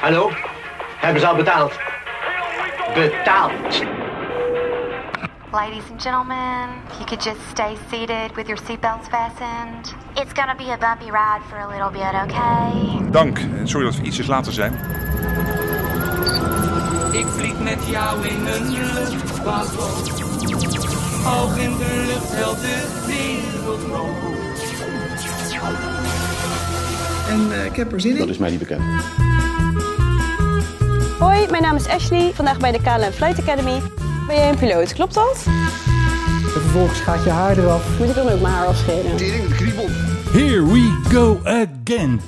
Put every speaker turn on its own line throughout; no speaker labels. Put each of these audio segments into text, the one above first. Hallo? Hebben ze al betaald? Betaald.
Ladies and gentlemen, if you could just stay seated with your seatbelts fastened. It's gonna be a bumpy ride for a little bit, okay?
Dank. Sorry dat we ietsjes later zijn.
Ik vlieg met jou in een luchtballon. Hoog in de lucht helpt de wereld rond.
En eh, ik heb er zin in.
Dat is mij niet bekend.
Hoi, mijn naam is Ashley. Vandaag bij de KLM Flight Academy. Ben jij een piloot, klopt dat?
En vervolgens gaat je haar eraf.
Moet ik dan ook mijn haar afscheren?
Here we go again.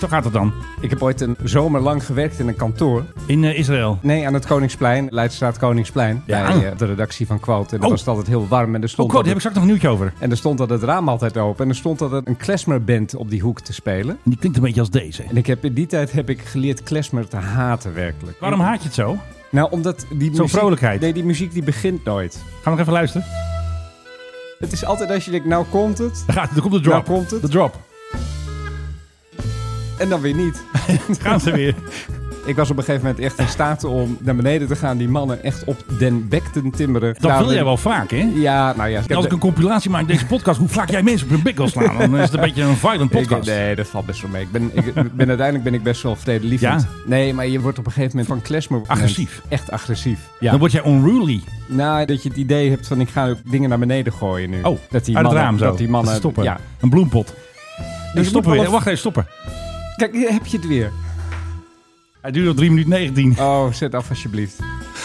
Zo gaat het dan.
Ik heb ooit een zomer lang gewerkt in een kantoor.
In eh, Israël.
Nee, aan het Koningsplein, Leidstraat Koningsplein.
Ja.
Bij eh, de redactie van Qualt. En dan
Oh.
was het altijd heel warm. En er
Oh,
stond,
God, daar heb ik straks
altijd-
nog een nieuwtje over.
en er stond dat het raam altijd open. En er stond dat een klezmerband op die hoek te spelen.
Die klinkt een beetje als deze.
En ik heb, in die tijd heb ik geleerd klezmer te haten werkelijk.
Waarom haat je het zo? Gaan
Nou, omdat die muziek...
vrolijkheid.
Nee, die muziek die begint nooit.
we nog even luisteren?
Het is altijd als je denkt, nou komt het.
Daar, gaat, daar komt de drop.
Nou komt het.
De drop.
En dan weer niet.
Gaan ze weer.
Ik was op een gegeven moment echt in staat om naar beneden te gaan. Die mannen echt op den bek te timmeren.
Dat
Daar
wil jij
ben
wel vaak, hè?
ik- Ja, nou ja. Ik heb
Als ik
de-
een compilatie maak in deze podcast, hoe vaak jij mensen op hun bik wil slaan, dan is het een beetje een violent
Ik-
podcast.
nee, dat valt best wel mee. Ik ben, ik, ben, uiteindelijk ben ik best wel vredelievend.
Ja?
Nee, maar je wordt op een gegeven moment van klesmer...
Agressief.
Echt agressief.
Dan word jij Oh, onruly.
Nou, dat je het idee hebt van ik ga ook dingen naar beneden gooien nu.
Oh,
dat die
uit
mannen,
het raam zo.
Dat die mannen...
ze stoppen.
Ja.
Een bloempot.
moet
Dus stoppen
wel
weer.
een-
Wacht even, stoppen.
Kijk, hier heb je het weer.
Hij duurt nog 3 minuten 19.
Oh, zet af alsjeblieft.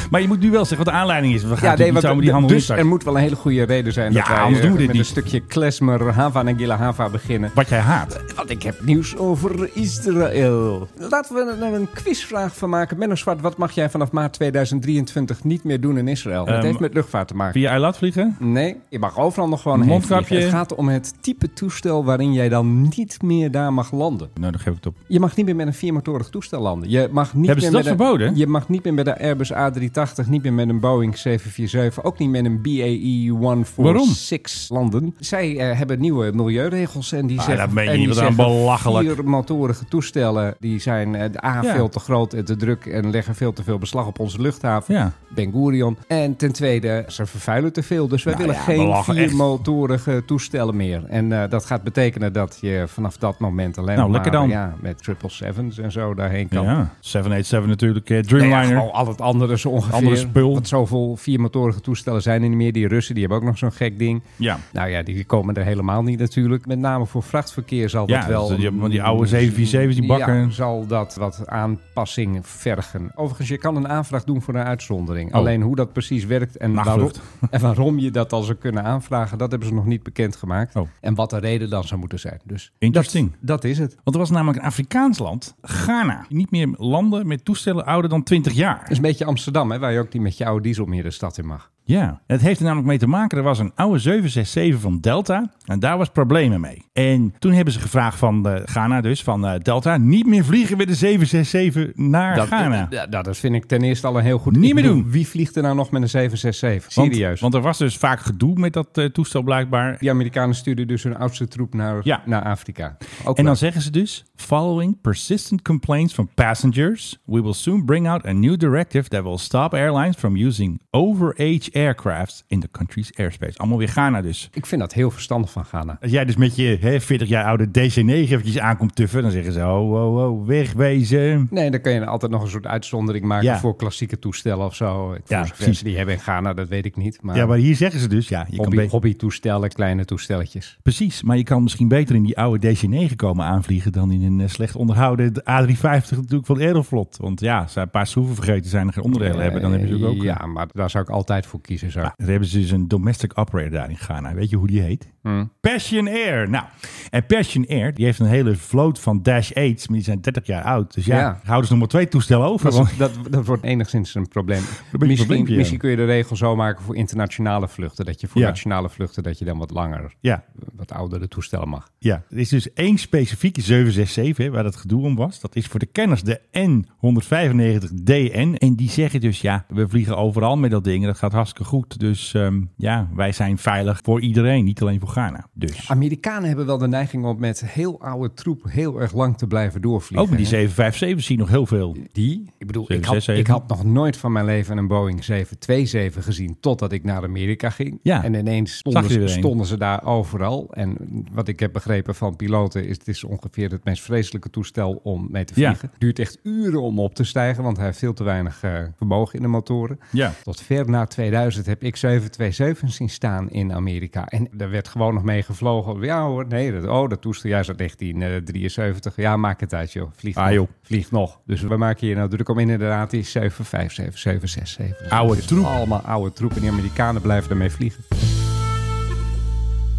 Maar je moet nu wel zeggen wat de aanleiding is. We gaan ja,
nee,
niet
want
zo met die handel
dus
instarten.
er moet wel een hele goede reden zijn
Ja,
dat wij
anders
eh,
doen we dit
met
niet.
een stukje klesmer Hava en Gila Hava beginnen.
Wat jij haat.
Want ik heb nieuws over Israël. Laten we er nou een quizvraag van maken. Menno Zwart, wat mag jij vanaf maart 2023 niet meer doen in Israël? Het
Ehm,
heeft met luchtvaart te maken.
Via Eilat vliegen?
Nee, je mag overal nog gewoon heen
Mondkapje.
vliegen. Het gaat om het type toestel waarin jij dan niet meer daar mag landen.
Nou, dan geef ik het op.
Je mag niet meer met een viermotorig toestel landen. Je mag niet
Hebben ze
meer
dat
met
verboden?
Een, je mag niet meer met een Airbus A380, niet meer met een Boeing 747, ook niet met een E BAE 146 landen. Zij eh, hebben nieuwe milieuregels en die
Ah,
zeggen...
dat meen je
en
niet,
die
wat een
zeggen,
belachelijk.
Viermotorige toestellen die zijn eh, A,
Ja.
veel te groot en te druk en leggen veel te veel beslag op onze luchthaven.
Ja.
Ben Gurion. En ten tweede, ze vervuilen te veel. Dus wij
Nou
willen
ja, we
geen
lachen echt.
viermotorige toestellen meer. En eh, dat gaat betekenen dat je vanaf dat moment alleen
Nou,
maar
lekker dan.
Ja, met 777's en zo daarheen kan.
Ja. 787 natuurlijk. eh,
Nou ja,
Dreamliner.
gewoon al het andere zo ongeveer.
Andere spul.
Want zoveel viermotorige toestellen zijn er niet meer. Die Russen die hebben ook nog zo'n gek ding.
Ja.
Nou ja, die komen er helemaal niet natuurlijk. Met name voor vrachtverkeer zal
Ja,
dat wel...
dus die- die oude 747's, die bakken.
Ja, zal dat wat aanpassing vergen. Overigens, je kan een aanvraag doen voor een uitzondering.
Oh.
Alleen hoe dat precies werkt en waarom,
Nachtvlucht.
en waarom je dat al zou kunnen aanvragen... dat hebben ze nog niet bekendgemaakt.
Oh.
En wat de reden dan zou moeten zijn. Dus
Interesting.
dat is het.
Want er was namelijk een Afrikaans land, Ghana. Niet meer landen met toestellen ouder dan 20 jaar.
Dat is een beetje Amsterdam, hè, waar je ook die met je oude diesel meer de stad in mag.
Ja, het heeft er namelijk mee te maken. Er was een oude 767 van Delta en daar was problemen mee. En toen hebben ze gevraagd van eh, Ghana dus, van eh, Delta, niet meer vliegen met de 767 naar Ghana.
Ja, nou, dat vind ik ten eerste al een heel goed...
Niet
Ik
meer
bedoel,
doen.
Wie vliegt er nou nog met een 767?
Want-
Serieus.
Want, er was dus vaak gedoe met dat eh, toestel blijkbaar.
die Amerikanen stuurden dus hun oudste troep naar,
Ja.
naar Afrika. Ook
En dan
leuk.
zeggen ze dus: Following persistent complaints from passengers, we will soon bring out a new directive that will stop airlines from using overage aircrafts in the country's airspace. Allemaal weer Ghana dus.
Ik vind dat heel verstandig van Ghana.
Als jij dus met je hè, 40 jaar oude DC-9 eventjes aankomt tuffen, dan zeggen ze: oh, oh, oh, wegwezen.
Nee, dan kun je altijd nog een soort uitzondering maken
Ja.
voor klassieke toestellen of zo. Ik
Ja,
ja,
precies.
mensen die hebben in Ghana, dat weet ik niet. Maar,
Ja, maar hier zeggen ze dus: ja, je kan
hobby,
be-
hobbytoestellen, kleine toestelletjes.
precies, maar je kan misschien beter in die oude DC-9 komen aanvliegen dan in een eh, slecht onderhouden A350 natuurlijk van Aeroflot. Want ja, als ze een paar schroeven vergeten zijn en geen onderdelen hebben, dan hebben ze natuurlijk ook.
Eh,
eh,
Ja, maar daar zou ik altijd voor kiezen. Zo.
Ja, daar hebben ze dus een domestic operator daar in Ghana. Weet je hoe die heet?
Hmm.
Passion Air. Nou, en Passion Air, die heeft een hele vloot van Dash 8's, maar die zijn 30 jaar oud. Dus ja,
Ja.
houden ze nog maar twee toestellen over.
Dat,
want-
is- dat, dat wordt enigszins een probleem.
een
Misschien,
probleempje, ja.
misschien kun je de regel zo maken voor internationale vluchten. Dat je voor
Ja.
nationale vluchten dat je dan wat langer,
ja,
wat oudere toestellen mag.
ja, er is dus één specifieke 767 hè, waar dat gedoe om was. Dat is voor de kenners de N195DN. En die zeggen dus, ja, we vliegen overal met dat ding en dat gaat hartstikke goed. Dus ehm, ja, wij zijn veilig voor iedereen, niet alleen voor Ghana. Dus.
Amerikanen hebben wel de neiging om met heel oude troep heel erg lang te blijven doorvliegen.
Ook met Oh, die
hè?
757 zie je nog heel veel.
Die? Ik bedoel, ik had,
767.
ik had nog nooit van mijn leven een Boeing 727 gezien totdat ik naar Amerika ging.
Ja.
En ineens
Zag
stonden,
je er
ze-
een.
stonden ze daar overal. En wat ik heb begrepen van piloten is het is ongeveer het meest vreselijke toestel om mee te
Ja.
vliegen. Duurt echt uren om op te stijgen, want hij heeft veel te weinig eh, vermogen in de motoren.
Ja.
Tot ver na 2000 heb ik 727 zien staan in Amerika. En daar werd gewoon nog mee gevlogen. Ja hoor, nee, dat, oh, dat toestel juist uit 1973. eh, Ja, maak het uit joh. Vlieg
Ah,
nog.
joh.
Vlieg nog. Dus we maken hier nou druk om inderdaad die 757, 767. Dus
Oude
het is
troep.
Allemaal oude troep. En die Amerikanen blijven daarmee vliegen.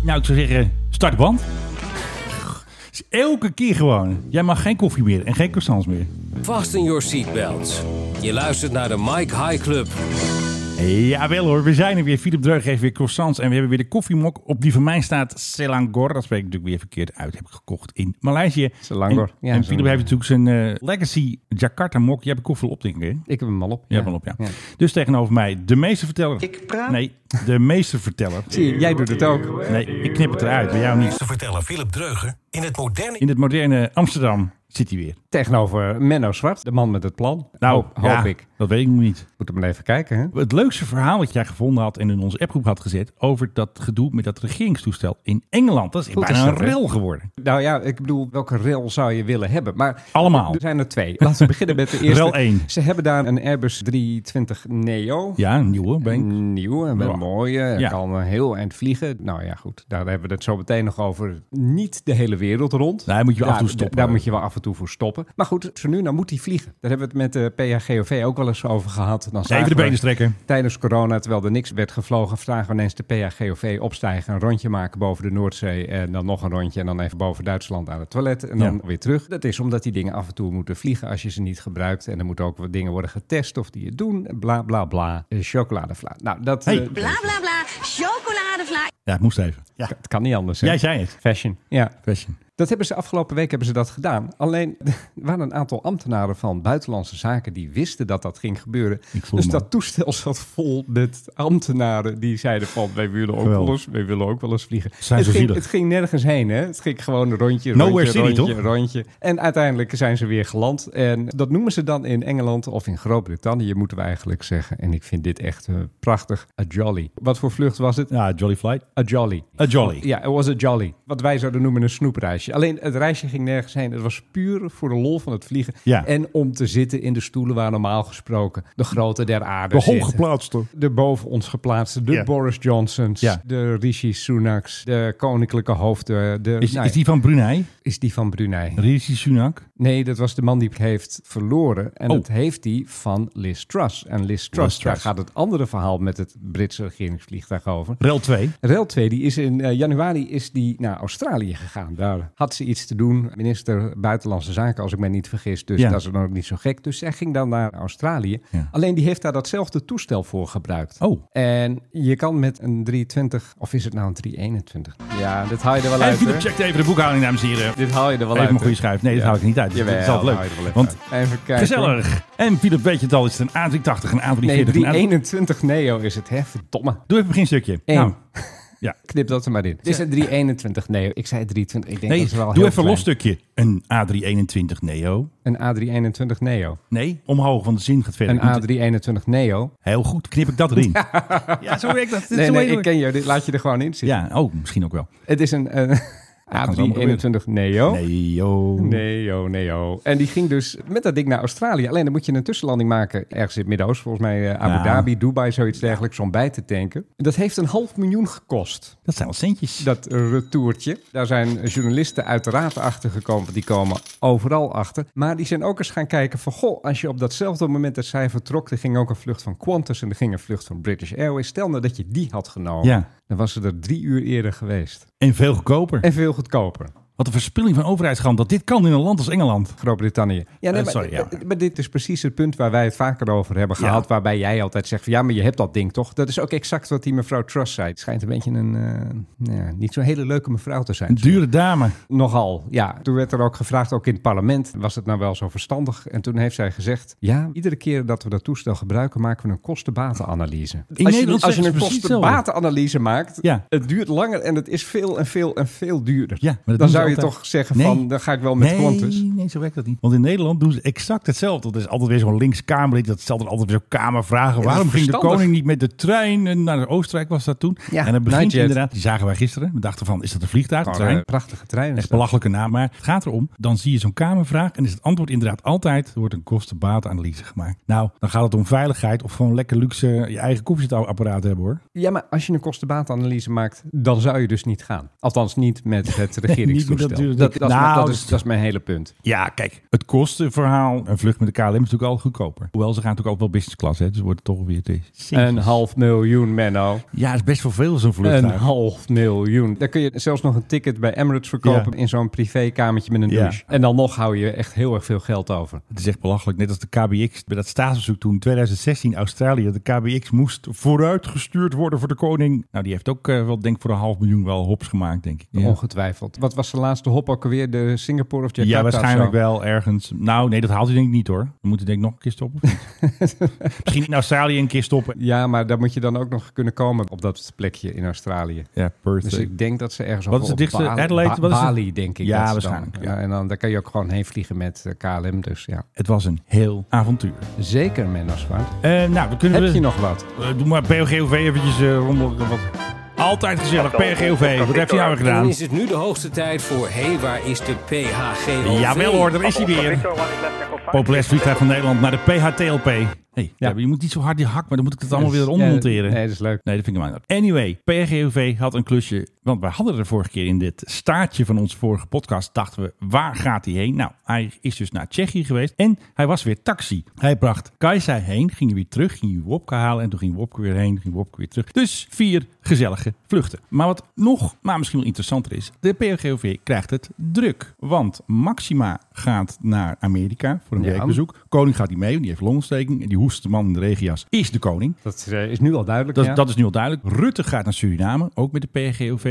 Nou, ik zou zeggen, start de band. Dus elke keer gewoon. Jij mag geen koffie meer en geen croissants meer.
Fasten your seatbelts. Je luistert naar de Mike High Club.
Jawel hoor, we zijn er weer. Philip Dreug geeft weer croissants en we hebben weer de koffiemok. Op die van mij staat Selangor. Dat spreek ik natuurlijk weer verkeerd uit. Heb ik gekocht in Maleisië.
Selangor.
En,
Ja,
en
zo.
Philip heeft natuurlijk zijn eh, Legacy Jakarta mok. Jij hebt een koffie op, denk ik. hè?
Ik heb hem al op.
Ja, wel op, ja. Dus tegenover mij de meesterverteller. Ik praat? Nee, de meesterverteller.
Zie je, jij doet het ook.
Nee, ik knip het eruit, bij jou niet.
Te vertellen Philip Dreuger in het moderne
In het moderne Amsterdam zit hij weer. Nou,
Tegenover Menno Zwart, de man met het plan. hoop, hoop
ja,
ik.
dat weet ik nog niet.
Moet hem even kijken, hè?
Het leukste verhaal dat jij gevonden had en in onze appgroep had gezet... over dat gedoe met dat regeringstoestel in Engeland. Dat is
Goed
bijna
is
een
dat, hè?
rel geworden.
Nou ja, ik bedoel, welke rail zou je willen hebben? Maar
Allemaal.
er zijn er twee. Laten we beginnen met de eerste.
Rail één.
Ze hebben daar een Airbus 320 Neo.
Ja, een nieuwe bank.
Een nieuwe, wel
Ja.
een mooie. Hij
Ja.
kan een heel eind vliegen. Nou ja, goed. Daar hebben we het zo meteen nog over. Niet de hele wereld rond.
Daar moet je wel af en toe
d-
stoppen.
Daar moet je wel af en toe voor stoppen. Maar goed, zo nu, nou moet hij vliegen. Daar hebben we het met eh, de PHGOV ook wel eens over gehad. Dan zagen
Even de
we-
benen strekken.
Tijdens corona, terwijl er niks werd gevlogen, vragen we ineens de PHGOV opstijgen, een rondje maken boven de Noordzee en dan nog een rondje en dan even boven Duitsland aan het toilet en dan
Ja.
weer terug. Dat is omdat die dingen af en toe moeten vliegen als je ze niet gebruikt en er moeten ook wat dingen worden getest of die het doen, bla bla bla, Eh, chocoladevla. Nou, dat
Hey.
eh,
Bla bla bla, chocoladevla.
Ja, het moest even. Ja.
het kan niet anders. hè?
Jij zei het.
Fashion. Ja.
Question.
Dat hebben ze afgelopen week hebben ze dat gedaan. Alleen er waren een aantal ambtenaren van buitenlandse zaken die wisten dat dat ging gebeuren.
Ik voel
Dus
me.
dat toestel zat vol met ambtenaren die zeiden van wij willen ook,
Geweldig.
wel eens, wij willen ook wel eens vliegen.
Zijn
het,
zo
ging,
zielig.
het ging nergens heen. Hè? Het ging gewoon een rondje,
Nowhere
rondje,
City,
rondje,
toch?
rondje. En uiteindelijk zijn ze weer geland. En dat noemen ze dan in Engeland of in Groot-Brittannië moeten we eigenlijk zeggen. En ik vind dit echt eh, prachtig. A jolly. Wat voor vlucht was het?
Ja, Jolly Flight.
A jolly.
A Jolly.
Ja, het was een jolly. Wat wij zouden noemen een snoepreisje. Alleen het reisje ging nergens heen. Het was puur voor de lol van het vliegen.
Ja.
En om te zitten in de stoelen waar normaal gesproken de grote der aarde
De
zitten.
hooggeplaatste.
De boven ons geplaatste, de
Ja.
Boris Johnsons,
Ja.
de Rishi Sunaks, de koninklijke hoofden. De,
Is,
nou
is
ja,
die van Brunei?
is die van Brunei?
Rishi Sunak?
Nee, dat was de man die het heeft verloren. En
Oh.
dat heeft hij van Liz Truss. En Liz Truss,
Truss.
daar gaat het andere verhaal met het Britse regeringsvliegtuig over.
Rel 2.
Rail 2 die is in eh, januari is die naar Australië gegaan. Daar had ze iets te doen. Minister Buitenlandse Zaken, als ik mij niet vergis. Dus
Ja.
dat is dan ook niet zo gek. Dus zij ging dan naar Australië.
Ja.
Alleen die heeft daar datzelfde toestel voor gebruikt.
Oh.
En je kan met een 320, of is het nou een 321? Ja, dit haal je er wel
En
uit.
Philip
hoor.
checkt even de boekhouding, dames en heren.
Dit haal je er wel
Even
uit.
een goede
hoor.
schuif. Nee, dat
Ja.
hou ik niet uit.
Jawel,
dat is altijd
haal je er wel
leuk.
even
Want
uit. even kijken.
gezellig. En Philip weet je het al, is het een A380, een A340.
Nee,
een A3-
321 Neo is het, hè? Verdomme.
Doe even een beginstukje.
Eén.
Nou, ja.
Knip dat er maar in. Het is een 321 Neo. Ik zei 320. Ik denk
Nee,
dat is wel
doe
heel
even een
klein.
los stukje. Een A321 Neo.
Een A321 Neo.
Nee, omhoog, want de zin gaat verder.
Een
Ik moet-
A321 Neo.
Heel goed, knip ik dat erin. ja. zo werkt dat.
Nee, nee, ik ken jou. Dit laat je er gewoon in zitten.
Ja, oh, misschien ook wel.
Het is een eh, A321 Neo.
Nee, joh.
Neo, Neo. En die ging dus met dat ding naar Australië. Alleen dan moet je een tussenlanding maken ergens in het Midden-Oosten. Volgens mij eh, Abu
Ja.
Dhabi, Dubai, zoiets dergelijks. Om bij te tanken. Dat heeft een half miljoen gekost.
Dat zijn wel centjes.
dat retourtje. Daar zijn journalisten uiteraard achter gekomen, want die komen overal achter. Maar die zijn ook eens gaan kijken van, goh, als je op datzelfde moment dat zij vertrok, er ging ook een vlucht van Qantas en er ging een vlucht van British Airways. Stel nou dat je die had genomen,
Ja,
dan was ze er drie uur eerder geweest.
en veel goedkoper.
En veel goedkoper.
Wat een verspilling van overheidsgeld dat dit kan in een land als Engeland.
Groot-Brittannië. Ja,
Eh,
maar,
sorry, ja.
eh, maar dit is precies het punt waar wij het vaker over hebben
Ja.
gehad. Waarbij jij altijd zegt: van, ja, maar je hebt dat ding toch? Dat is ook exact wat die mevrouw Truss zei. Het schijnt een beetje een eh, ja, niet zo'n hele leuke mevrouw te zijn.
Een dure dame.
Nogal, ja. Toen werd er ook gevraagd, ook in het parlement, was het nou wel zo verstandig? En toen heeft zij gezegd, ja, iedere keer dat we dat toestel gebruiken, maken we een kostenbatenanalyse. Als je-
Nederland
als je
zeggen
een
ze precies hetzelfde.
kostenbatenanalyse maakt,
Ja.
het duurt langer en het is veel en veel en veel duurder.
Ja, maar dat doen
dan
ze
zou je
altijd.
toch zeggen
Nee.
van, dan ga ik wel met
nee,
Qantas.
Nee, zo werkt dat niet. Want in Nederland doen ze exact hetzelfde. Dat is altijd weer zo'n links Kamerlid. Dat stelt er altijd weer zo'n Kamervragen.
is
Waarom ging de
verstandig.
koning niet met de trein En naar Oostenrijk? Was dat toen?
Ja,
en dan begint
Nightjet.
inderdaad. Die zagen wij gisteren. We dachten van, is dat een vliegtuig?
Gewoon,
trein?
eh, prachtige trein. is
Echt
dat.
belachelijke naam, maar het gaat erom. Dan zie je zo'n Kamervraag en is het antwoord inderdaad altijd... er wordt een kostenbatenanalyse gemaakt. Nou, dan gaat het om veiligheid of gewoon lekker luxe je eigen koffiezetapparaat hebben hoor.
Ja, maar als je een kostenbatenanalyse maakt, dan zou je dus niet gaan. Althans, niet met het
Niet
regeringstoestel.
met dat duur-
dat, dat, is-
Nou,
dat is,
dat-
dat is mijn hele punt.
Ja, kijk, het kostenverhaal. Een vlucht met de KLM is natuurlijk al goedkoper. Hoewel, ze gaan natuurlijk ook wel business class, hè, dus wordt het toch weer... Het
Een half miljoen, Menno.
Ja, dat is best wel veel zo'n
Een
vliegtuig.
half miljoen. Daar kun je zelfs nog een ticket bij Emirates verkopen
Ja.
in zo'n privékamertje met een
Ja.
douche. En dan nog hou je echt heel erg veel geld over.
Het is echt belachelijk. Net als de KBX bij dat staatsbezoek toen 2016 Australië. De KBX moest vooruitgestuurd worden voor de koning. Nou, die heeft ook eh, wel, denk ik, voor een half miljoen wel hops gemaakt, denk ik.
Oh,
Ja.
Ongetwijfeld. Wat was de laatste hop ook alweer? De Singapore of Jakarta?
Ja, waarschijnlijk
of zo?
wel ergens. Nou, nee, dat haalt hij denk ik niet hoor. Dan moet hij denk ik nog een keer stoppen. of niet? Misschien in Australië een keer stoppen.
Ja, maar daar moet je dan ook nog kunnen komen op dat plekje in Australië.
Ja, Perth.
Dus ik denk dat ze ergens
Wat
op-
is het
op
dichtste?
Bali,
Adelaide?
Ba-
Wat is het?
Bali, denk ik.
Ja,
dat ze
waarschijnlijk,
Dan,
ja.
ja. en dan daar kan je ook gewoon heen vliegen met eh, KLM. Dus ja,
Het was een heel avontuur.
zeker Menno Zwart.
Eh, nou, dan kunnen
Heb
we...
je nog wat?
Eh, doe maar POGOV eventjes eh rommel. Wat... Altijd gezellig, POGOV. Wat heb je
Dan
nou weer gedaan?
is het nu de hoogste tijd voor... Hé, hey, waar is de PHGOV?
Jawel hoor, daar is hij weer. Populair vliegtuig van Nederland naar de PHTLP. Nee,
Ja.
je moet niet zo hard die hak, maar dan moet ik het allemaal weer
Ja,
ondermonteren.
Nee, dat is leuk.
Nee, dat vind ik maar Anyway, PGOV had een klusje. Want we hadden er vorige keer in dit staartje van onze vorige podcast. Dachten we, waar gaat hij heen? Nou, hij is dus naar Tsjechië geweest. En hij was weer taxi. Hij bracht Kajsa heen, ging weer terug, ging Wopke halen. En toen ging Wopke weer heen, ging Wopke weer terug. Dus vier gezellige vluchten. Maar wat nog, maar misschien wel interessanter is. De PGOV krijgt het druk. Want Maxima gaat naar Amerika voor een
Ja.
werkbezoek. Koning gaat die mee, want die heeft longontsteking. En die hoest de man in de regenjas is de koning.
Dat eh, is nu al duidelijk.
Dat,
ja.
dat is nu al duidelijk. Rutte gaat naar Suriname, ook met de PRGOV.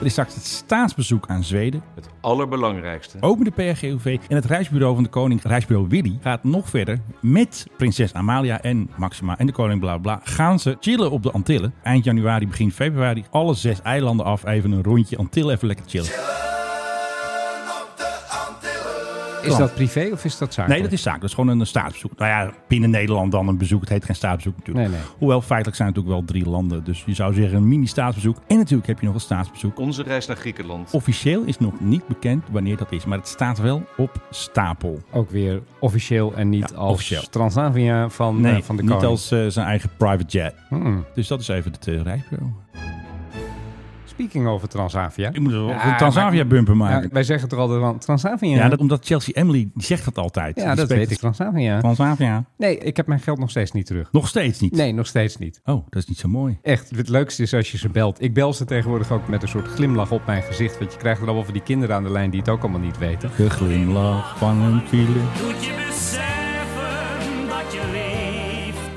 Er is straks het staatsbezoek aan Zweden,
Het allerbelangrijkste.
ook met de PRGOV. En het reisbureau van de koning, reisbureau Willy, gaat nog verder met prinses Amalia en Maxima en de koning bla bla. bla. Gaan ze chillen op de Antillen. Eind januari, begin februari, alle zes eilanden af. Even een rondje Antillen, even lekker chillen.
Is dat privé of is dat zakelijk?
Nee, dat is zaak. Dat is gewoon een eh, staatsbezoek. Nou ja, binnen Nederland dan een bezoek. Het heet geen staatsbezoek natuurlijk.
Nee, nee.
Hoewel feitelijk zijn het natuurlijk wel drie landen. Dus je zou zeggen een mini-staatsbezoek. En natuurlijk heb je nog een staatsbezoek
Onze reis naar Griekenland.
Officieel is nog niet bekend wanneer dat is, maar het staat wel op stapel.
Ook weer officieel en niet
Ja,
als
officieel.
Transavia van, eh, van de
niet
koning.
als eh, zijn eigen private jet.
Hmm.
Dus dat is even het eh, reisbureau.
Speaking over Transavia.
Ik moet wel
Ja,
een Transavia-bumper
maar-
maken.
ja, wij zeggen toch altijd van Transavia?
Ja, dat, omdat Chelsea Emily die zegt dat altijd.
Ja,
Die
dat
spreekt
weet ik. Transavia.
Transavia.
Nee, ik heb mijn geld nog steeds niet terug.
Nog steeds niet.
Nee, nog steeds niet.
Oh, dat is niet zo mooi.
Echt, het leukste is als je ze belt. Ik bel ze tegenwoordig ook met een soort glimlach op mijn gezicht. Want je krijgt er allemaal van die kinderen aan de lijn die het ook allemaal niet weten.
De glimlach van een file.
Moet je beseffen dat je leeft.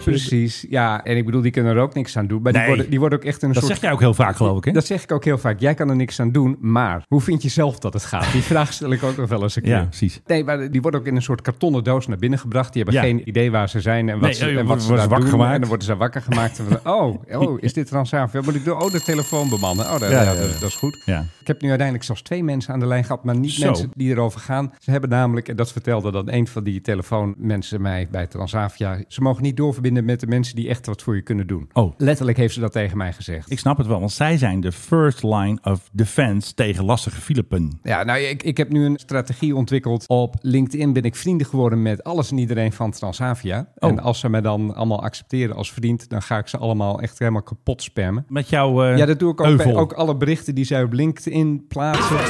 Precies, ja. En ik bedoel, die kunnen er ook niks aan doen. Maar
Nee.
die, worden, die worden ook echt in een
Dat
soort...
zeg jij ook heel vaak, geloof ik, hè?
Dat zeg ik ook heel vaak. Jij kan er niks aan doen, maar hoe vind je zelf dat het gaat? Die vraag stel ik ook nog wel eens een keer.
Ja, precies.
Nee, maar die worden ook in een soort kartonnen doos naar binnen gebracht. Die hebben
Ja.
geen idee waar ze zijn en wat
Nee,
ze,
eh,
en wat
worden
ze
ze
daar
wakker
doen.
gemaakt.
En dan worden ze wakker gemaakt. en van, oh, oh, is dit Transavia? Wat moet ik doen? Oh, de telefoon bemannen. Oh,
Ja,
dat, ja,
ja,
dat,
ja.
dat is goed.
Ja.
Ik heb nu uiteindelijk zelfs twee mensen aan de lijn gehad, maar niet
Zo.
mensen die erover gaan. Ze hebben namelijk, en dat vertelde dan een van die telefoonmensen mij bij Transavia, ze mogen niet doorverbinden met de mensen die echt wat voor je kunnen doen.
Oh.
Letterlijk heeft ze dat tegen mij gezegd.
Ik snap het wel, want zij zijn de first line of defense tegen lastige Filippen.
Ja, nou, ik, ik heb nu een strategie ontwikkeld. Op LinkedIn ben ik vrienden geworden met alles en iedereen van Transavia.
Oh.
En als ze mij dan allemaal accepteren als vriend, dan ga ik ze allemaal echt helemaal kapot spammen.
Met jouw eh,
ja, dat doe ik ook.
euvel.
bij- ook alle berichten die zij op LinkedIn plaatsen.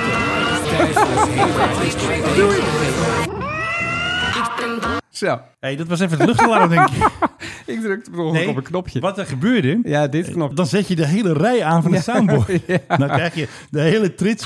Zo.
hey, dat was even het luchtalarm, denk ik.
ik drukte per ongeluk
Nee,
op een knopje.
Wat er gebeurde,
Ja, dit knop.
dan zet je de hele rij aan van het
Ja,
soundboard.
ja.
Dan krijg je de hele trits.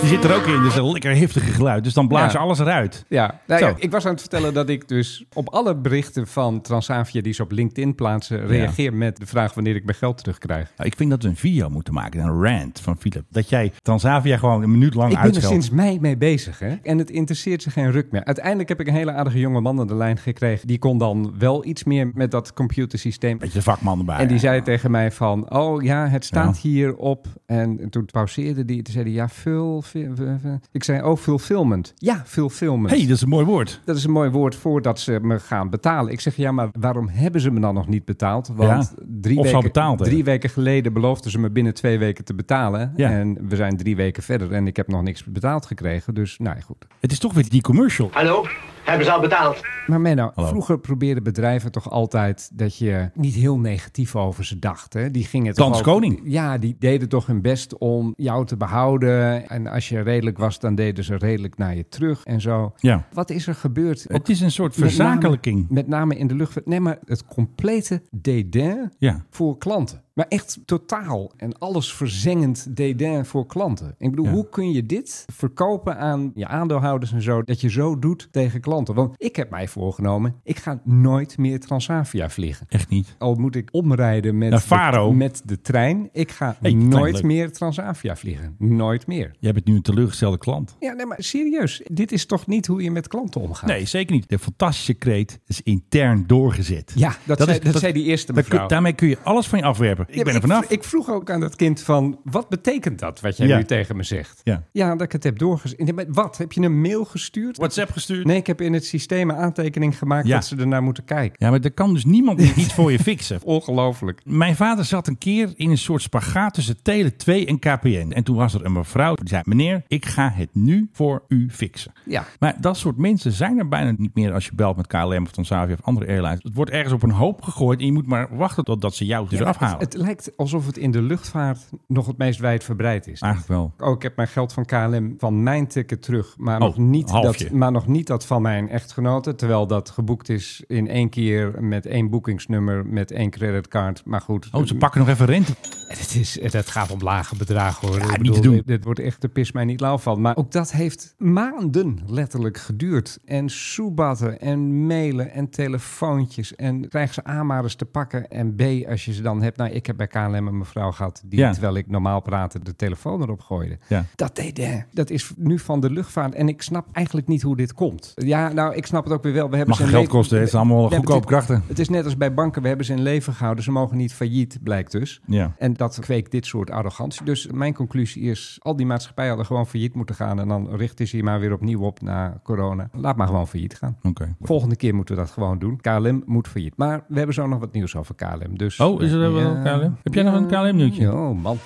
Die zit er ook in, dus een lekker heftige geluid. Dus dan blaas je
Ja.
alles eruit.
Ja, nou
Zo.
ja, ik was aan het vertellen dat ik dus op alle berichten van Transavia die ze op LinkedIn plaatsen, reageer met de vraag wanneer ik mijn geld terugkrijg.
Nou, ik vind dat we een video moeten maken, een rant van Philip. Dat jij Transavia gewoon een minuut lang
Ik ben er
uitscheldt.
sinds mei mee bezig, hè? En het interesseert ze geen ruk meer. Uiteindelijk heb ik een hele aardige jonge man aan de lijn gekregen. Die kon dan wel iets meer met dat computersysteem.
Beetje de vakman erbij.
En die
hè?
zei tegen mij van, oh ja, het staat hierop. En toen pauzeerde die, toen zei hij, ja, vul, vul- vul- vul. Ik zei, oh, fulfillment. Ja, fulfillment.
hey, dat is een mooi woord.
Dat is een mooi woord voordat ze me gaan betalen. Ik zeg, ja, maar waarom hebben ze me dan nog niet betaald? Want
Ja,
drie,
of ze al
weken,
betaald hebben.
drie weken geleden beloofden ze me binnen twee weken te betalen.
Ja.
En we zijn drie weken verder en ik heb nog niks betaald gekregen. Dus, nou ja, goed.
Het is toch weer die commercial.
Hallo? Hebben ze al betaald?
Maar Menno,
Hallo.
vroeger probeerden bedrijven toch altijd dat je niet heel negatief over ze dacht. Hè? Die gingen
Dans
toch ook-
koning.
Ja, die deden toch hun best om jou te behouden. En als je redelijk was, dan deden ze redelijk naar je terug en zo.
Ja.
Wat is er gebeurd? Ook
Het is een soort
met name-
verzakelijking.
Met name, in de lucht. Nee, maar het complete dédain
Ja.
voor klanten. Maar echt totaal en alles verzengend dédain voor klanten. Ik bedoel,
Ja.
hoe kun je dit verkopen aan je aandeelhouders en zo, dat je zo doet tegen klanten? Want ik heb mij voorgenomen, ik ga nooit meer Transavia vliegen.
Echt niet.
Al moet ik omrijden met,
Naar Faro.
de, met de trein, ik ga
Hey, trein,
nooit
leuk.
meer Transavia vliegen. Nooit meer.
Jij bent nu een teleurgestelde klant.
Ja, nee, maar serieus, dit is toch niet hoe je met klanten omgaat?
Nee, zeker niet. De fantastische kreet is intern doorgezet.
Ja, dat zei- dat zei die eerste
dat kun-
mevrouw.
daarmee kun je alles van je afwerpen.
Ja,
ik ben er
maar
vanaf.
Ik vroeg ook aan dat kind van, wat betekent dat wat jij
Ja.
nu tegen me zegt?
Ja.
dat ik het heb doorgestuurd. Nee, maar Wat? Heb je een mail gestuurd?
WhatsApp gestuurd.
Nee, ik heb in het systeem een aantekening gemaakt
Ja.
dat ze ernaar moeten kijken.
Ja, maar er kan dus niemand iets voor je fixen.
Ongelooflijk.
Mijn vader zat een keer in een soort spagaat tussen Tele 2 en KPN. En toen was er een mevrouw die zei: Meneer, ik ga het nu voor u fixen.
Ja.
Maar dat soort mensen zijn er bijna niet meer als je belt met KLM of Transavia of andere airlines. Het wordt ergens op een hoop gegooid en je moet maar wachten totdat ze jou dus eraf
Ja,
halen.
het, het lijkt alsof het in de luchtvaart nog het meest wijdverbreid is.
Eigenlijk wel.
Oh, ik heb mijn geld van KLM van mijn ticket terug, maar,
Oh,
nog niet
halfje.
dat, maar nog niet dat van mijn echtgenote. Terwijl dat geboekt is in één keer met één boekingsnummer, met één creditcard. Maar goed.
Oh, ze pakken nog even rente.
Het, is, het gaat om lage bedragen hoor. Ik
niet te doen.
Dit, dit wordt echt de pis mij niet lauw van. Maar ook dat heeft maanden letterlijk geduurd. En soebatten en mailen en telefoontjes. En krijg ze A maar eens te pakken. En B als je ze dan hebt. Nou, ik heb bij KLM een mevrouw gehad die
Ja.
terwijl ik normaal praatte de telefoon erop gooide.
Ja.
Dat deed hè. Dat is nu van de luchtvaart. En ik snap eigenlijk niet hoe dit komt. Ja, nou, ik snap het ook weer wel. We hebben
Mag
ze in
geld
leven-
kosten, hè? Het zijn allemaal
We hebben
goedkope
het-
krachten.
Het is net als bij banken. We hebben ze in leven gehouden. Ze mogen niet failliet, blijkt dus.
Ja.
En dat kweekt dit soort arrogantie. Dus mijn conclusie is, al die maatschappijen hadden gewoon failliet moeten gaan. En dan richten ze je maar weer opnieuw op na corona. Laat maar gewoon failliet gaan.
Oké.
Volgende keer moeten we dat gewoon doen. KLM moet failliet. Maar we hebben zo nog wat nieuws over KLM. Dus,
Oh, is er wel
Ja.
KLM? Heb jij nog een KLM nieuwtje?
Oh man.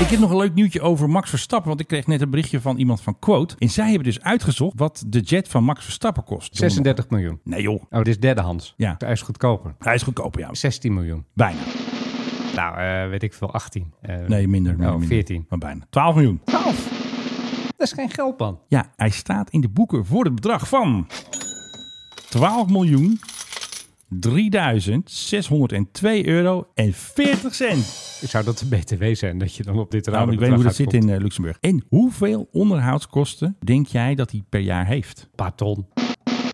Ik heb nog een leuk nieuwtje over Max Verstappen. Want ik kreeg net een berichtje van iemand van Quote. En zij hebben dus uitgezocht wat de jet van Max Verstappen kost.
36 miljoen.
Nee joh,
Oh, dit is derdehands.
Ja.
Hij is goedkoper.
hij is goedkoper ja.
16 miljoen.
Bijna.
Nou, eh, weet ik veel, 18. Eh,
Nee, minder.
Oh,
minder, minder.
14.
Maar bijna. 12 miljoen.
12. Dat is geen geld, man.
Ja, hij staat in de boeken voor het bedrag van 12 miljoen 3602 euro en 40 cent.
Zou dat de BTW zijn, dat je dan op dit raam
Nou, ik weet niet hoe Nou, dat zit in eh, Luxemburg. En hoeveel onderhoudskosten denk jij dat hij per jaar heeft?
Paton.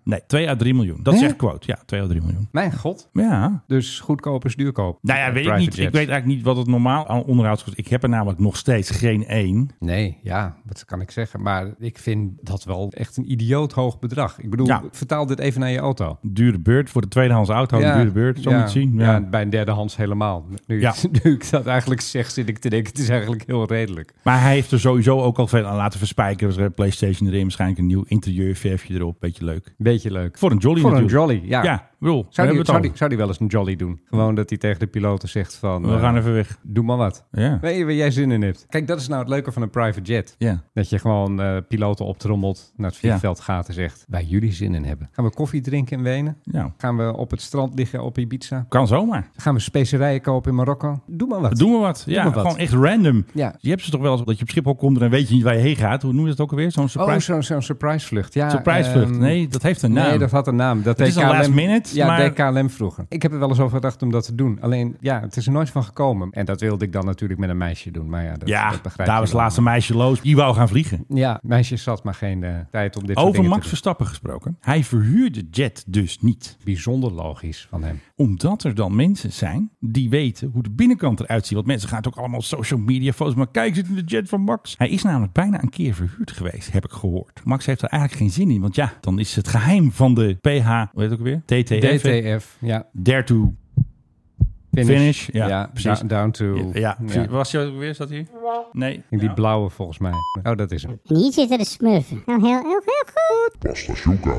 Nee, 2 à 3 miljoen. Dat
Hè?
zegt quote. Ja, 2 à 3 miljoen.
Mijn god.
Ja.
Dus goedkoop is duurkoop.
Nou ja,
Eh,
weet ik
private
niet. Ik
jets.
weet eigenlijk niet wat het normaal aan onderhoud kost. Ik heb er namelijk nog steeds geen één.
Nee, ja, wat kan ik zeggen? Maar ik vind dat wel echt een idioot hoog bedrag. Ik bedoel,
Ja.
vertaal dit even naar je auto.
Dure beurt voor de tweedehands auto. Een dure beurt, zo
ja,
moet je het zien.
Ja.
Ja.
bij een derdehands helemaal. Nu,
Ja.
nu ik dat eigenlijk zeg, zit ik te denken, het is eigenlijk heel redelijk.
Maar hij heeft er sowieso ook al veel aan laten verspijkeren. Dus, eh, PlayStation erin, waarschijnlijk een nieuw interieurverfje erop. Beetje leuk.
Beetje leuk.
Voor een jolly
Voor een
natuurlijk.
jolly, ja.
Ja, we bedoel, we
zou,
hebben
die,
het
zou,
al.
die, zou die wel eens een jolly doen? Gewoon dat hij tegen de piloten zegt van...
We
eh,
gaan even weg.
Doe maar wat.
Ja.
Weet je waar jij zin in hebt? Kijk, dat is nou het leuke van een private jet.
Ja.
Dat je gewoon eh, piloten optrommelt, naar het vliegveld gaat en zegt... Waar jullie zin in hebben. Gaan we koffie drinken in Wenen?
Ja.
Gaan we op het strand liggen op Ibiza?
Nou, Kan zomaar.
Gaan we specerijen kopen in Marokko? Doe maar wat.
Doen we wat.
Doe
Ja,
maar wat.
gewoon echt random.
Ja.
Je hebt ze toch wel eens dat je op Schiphol komt en dan weet je niet waar je heen gaat. Hoe noem je dat ook alweer? Zo'n
Oh,
surprise.
zo'n zo'n surprise vlucht. Ja,
Surprise vlucht.
ehm,
Nee, dat heeft een naam.
Nee, dat had een naam. Dat
Het is
deed
een last
KLM
minute,
Ja,
maar-
deed KLM vroeger. Ik heb er wel eens over gedacht om dat te doen. Alleen, ja, het is er nooit van gekomen. En dat wilde ik dan natuurlijk met een meisje doen. Maar ja, dat,
ja,
dat begrijp
daar
je
was het
wel.
laatste meisje loos. Die wou gaan vliegen.
Ja, meisjes zat maar geen eh, tijd om dit soort
Over
dingen
Max
te doen.
Verstappen gesproken. Hij verhuurde Jet dus niet.
Bijzonder logisch van hem.
Omdat er dan mensen zijn die weten hoe de binnenkant eruit ziet. Want mensen gaan het ook allemaal op social media foto's. Maar kijk, zit in de jet van Max. Hij is namelijk bijna een keer verhuurd geweest, heb ik gehoord. Max heeft er eigenlijk geen zin in. Want ja, dan is het geheim van de PH, hoe heet het ook weer? TTF. hè?
DTF, ja.
Dare to finish. Ja, precies.
da- Down to...
Ja, ja, precies. was je ook weer? Zat hier? Nee.
Die
Ja.
blauwe volgens mij. Oh, dat is hem.
Hier zitten de smurfen. Nou, heel, heel, heel goed.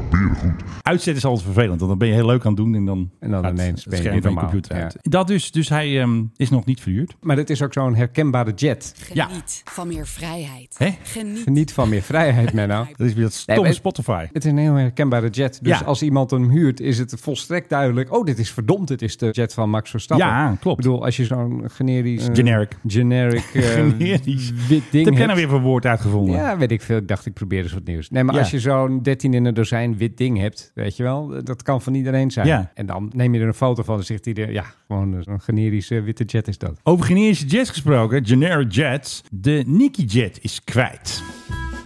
Uitzet is altijd vervelend, want dan ben je heel leuk aan het doen en dan,
En dan
gaat
ineens
het
ben je
scherm
niet
van je
normaal.
computer uit.
Ja.
Dat dus, dus hij ehm, is nog niet verhuurd.
Maar dit is ook zo'n herkenbare jet.
Geniet van meer vrijheid.
Hè?
Geniet.
Geniet van meer vrijheid, Menno.
Dat is weer dat stomme
maar-
Spotify.
Het is een heel herkenbare jet. Dus
Ja.
als iemand hem huurt, is het volstrekt duidelijk. Oh, dit is verdomd. Dit is de jet van Max Verstappen.
Ja, klopt.
Ik bedoel, als je zo'n generisch... eh,
Generic.
Generic. eh,
Generisch. Wat
Wit ding
heb jij
hebt.
nou weer voor woord uitgevonden?
Ja, weet ik veel. Ik dacht, ik probeer eens wat nieuws. Nee, maar
Ja.
als je zo'n 13 in een dozijn wit ding hebt, weet je wel, eh, dat kan van iedereen zijn.
Ja.
En dan neem je er een foto van en zegt iedereen, ja, gewoon zo'n generische witte jet is dat.
Over generische jets gesproken, generic jets. De Nicky Jet is kwijt.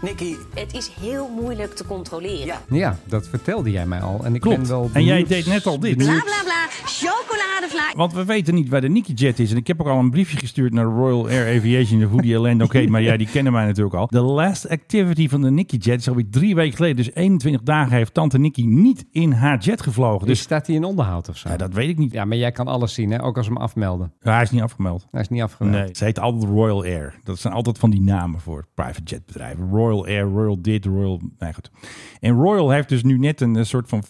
Nicky. Het is heel moeilijk te controleren. Ja.
Ja, dat vertelde jij mij al. En ik
Klopt.
ben wel
En jij
benieuwd-
deed net al dit.
benieuwd-
Bla bla, chocoladevlaai.
Want we weten niet waar de Nicky Jet is. En ik heb ook al een briefje gestuurd naar Royal Air Aviation. Hoe die Orlando Oké, maar ja, die kennen mij natuurlijk al. De last activity van de Nicky Jet is alweer drie weken geleden. Dus 21 dagen heeft tante Nicky niet in haar jet gevlogen.
Dus
Dus nou,
staat hij in onderhoud of zo? Ja,
dat weet ik niet.
Ja, maar jij kan alles zien, hè? ook als we hem afmelden.
Ja, hij is niet afgemeld.
Hij is niet afgemeld.
Nee, ze heet altijd Royal Air. Dat zijn altijd van die namen voor private jetbedrijven. Royal Air, Royal dit, Royal... Nee, goed. En Royal heeft dus nu net een eh, soort van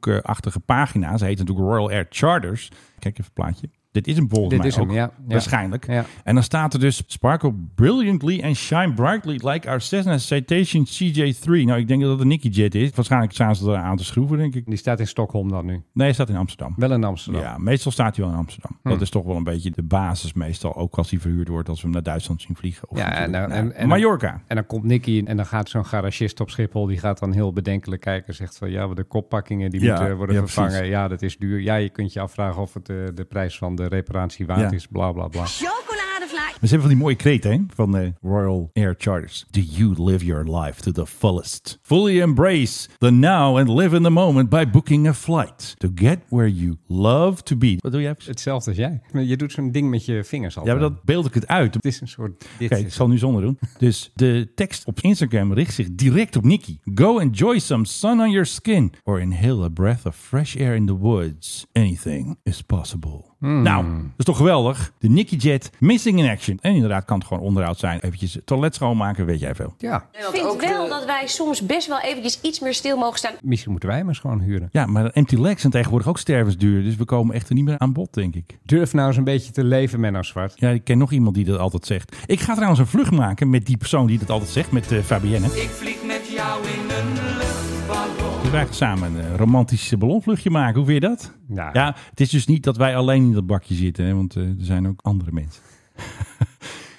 Facebook-achtige pagina. Ze heet natuurlijk Royal Air Charters. Kijk even het plaatje. Dit is hem volgens
Dit
mij
is hem,
ook.
ja. Ja.
Waarschijnlijk.
Ja.
En dan staat er dus... Sparkle brilliantly and shine brightly like our Cessna Citation CJ3. Nou, ik denk dat het een Nicky Jet is. Waarschijnlijk staan ze er aan te schroeven, denk ik.
Die staat in Stockholm dan nu.
Nee, hij staat in Amsterdam.
Wel in Amsterdam.
Ja, meestal staat hij wel in Amsterdam.
Hmm.
Dat is toch wel een beetje de basis meestal. Ook als hij verhuurd wordt, als we hem naar Duitsland zien vliegen. Of
Ja, en,
natuurlijk
dan-
naar
en, en-
Mallorca.
En dan komt Nicky en dan gaat zo'n garagist op Schiphol. Die gaat dan heel bedenkelijk kijken. Zegt van ja, de koppakkingen die
Ja,
moeten worden
ja,
vervangen.
precies.
Ja, dat is duur. Ja, je kunt je afvragen of het eh, de prijs van de reparatie waard
Ja.
is. Bla bla bla.
Chocoladevlaai.
We zijn van die mooie kreet, hè? Van de Royal Air Charters. Do you live your life to the fullest? Fully embrace the now and live in the moment by booking a flight. To get where you love to be. Wat doe jij?
Hetzelfde als jij. Je doet zo'n ding met je vingers al.
Ja, maar dat beeld ik het uit. Het
is een soort...
Oké, ik zal nu zonder doen. Dus de tekst op Instagram richt zich direct op Nicky. Go enjoy some sun on your skin. Or inhale a breath of fresh air in the woods. Anything is possible. Nou, dat is toch geweldig? De Nicky Jet, missing in action. En inderdaad kan het gewoon onderhoud zijn. Eventjes het toilet schoonmaken, weet jij veel.
Ja.
Ik vind wel dat wij soms best wel eventjes iets meer stil mogen staan.
Misschien moeten wij hem eens gewoon huren.
Ja, maar empty legs zijn tegenwoordig ook stervensduur. Dus we komen echt er niet meer aan bod, denk ik.
Durf nou eens een beetje te leven, Menno Zwart.
Ja, ik ken nog iemand die dat altijd zegt. Ik ga trouwens een vlucht maken met die persoon die dat altijd zegt, met eh, Fabienne.
Ik vlieg met jou in een luchtballon.
Dus wij gaan samen een eh, romantisch ballonvluchtje maken. Hoe vind je dat? Ja. het is dus niet dat wij alleen in dat bakje zitten, hè, want eh, er zijn ook andere mensen.